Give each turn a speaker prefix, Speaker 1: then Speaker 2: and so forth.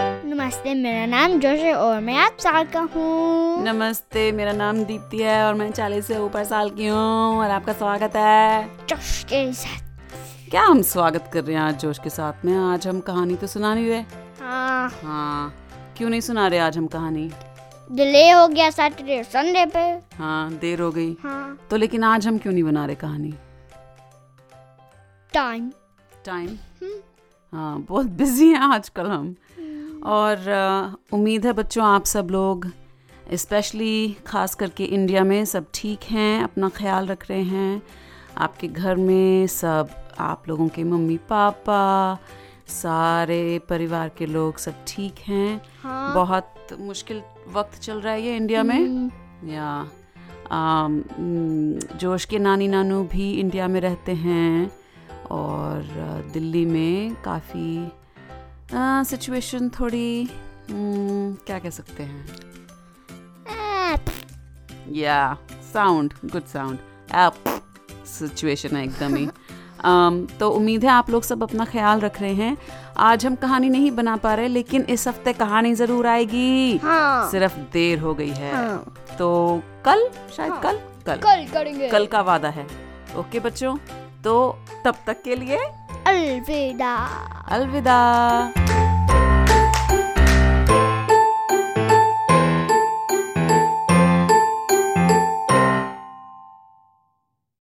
Speaker 1: नमस्ते मेरा नाम जोश है और मैं आठ साल का हूँ
Speaker 2: नमस्ते मेरा नाम दीप्ति है और मैं चालीस से ऊपर साल की हूँ और आपका स्वागत है
Speaker 1: जोश के साथ
Speaker 2: क्या हम स्वागत कर रहे हैं आज जोश के साथ में आज हम कहानी तो सुना नहीं रहे
Speaker 1: हाँ
Speaker 2: हाँ क्यों नहीं सुना रहे आज हम कहानी
Speaker 1: डिले हो गया सैटरडे और संडे पे
Speaker 2: हाँ देर हो गई
Speaker 1: हाँ
Speaker 2: तो लेकिन आज हम क्यों नहीं बना रहे कहानी
Speaker 1: टाइम
Speaker 2: टाइम
Speaker 1: हम्म।
Speaker 2: हाँ बहुत बिजी हैं आजकल हम और अ, उम्मीद है बच्चों आप सब लोग स्पेशली खास करके इंडिया में सब ठीक हैं अपना ख्याल रख रहे हैं आपके घर में सब आप लोगों के मम्मी पापा सारे परिवार के लोग सब ठीक हैं
Speaker 1: हाँ
Speaker 2: बहुत मुश्किल वक्त चल रहा है ये इंडिया में
Speaker 1: हम्म,
Speaker 2: या आम, हम्म, जोश के नानी नानू भी इंडिया में रहते हैं और अ, दिल्ली में काफ़ी सिचुएशन थोड़ी हम्म, क्या कह सकते हैं
Speaker 1: आ,
Speaker 2: या sound good sound app situation है एकदम ही अम, तो उम्मीद है आप लोग सब अपना ख्याल रख रहे हैं आज हम कहानी नहीं बना पा रहे लेकिन इस हफ्ते कहानी ज़रूर आएगी
Speaker 1: हाँ
Speaker 2: सिर्फ देर हो गई है
Speaker 1: हाँ
Speaker 2: तो कल शायद कल कल
Speaker 1: कल करेंगे
Speaker 2: कल का वादा है ओके बच्चों तो तब तक के लिए
Speaker 1: अलविदा
Speaker 2: अलविदा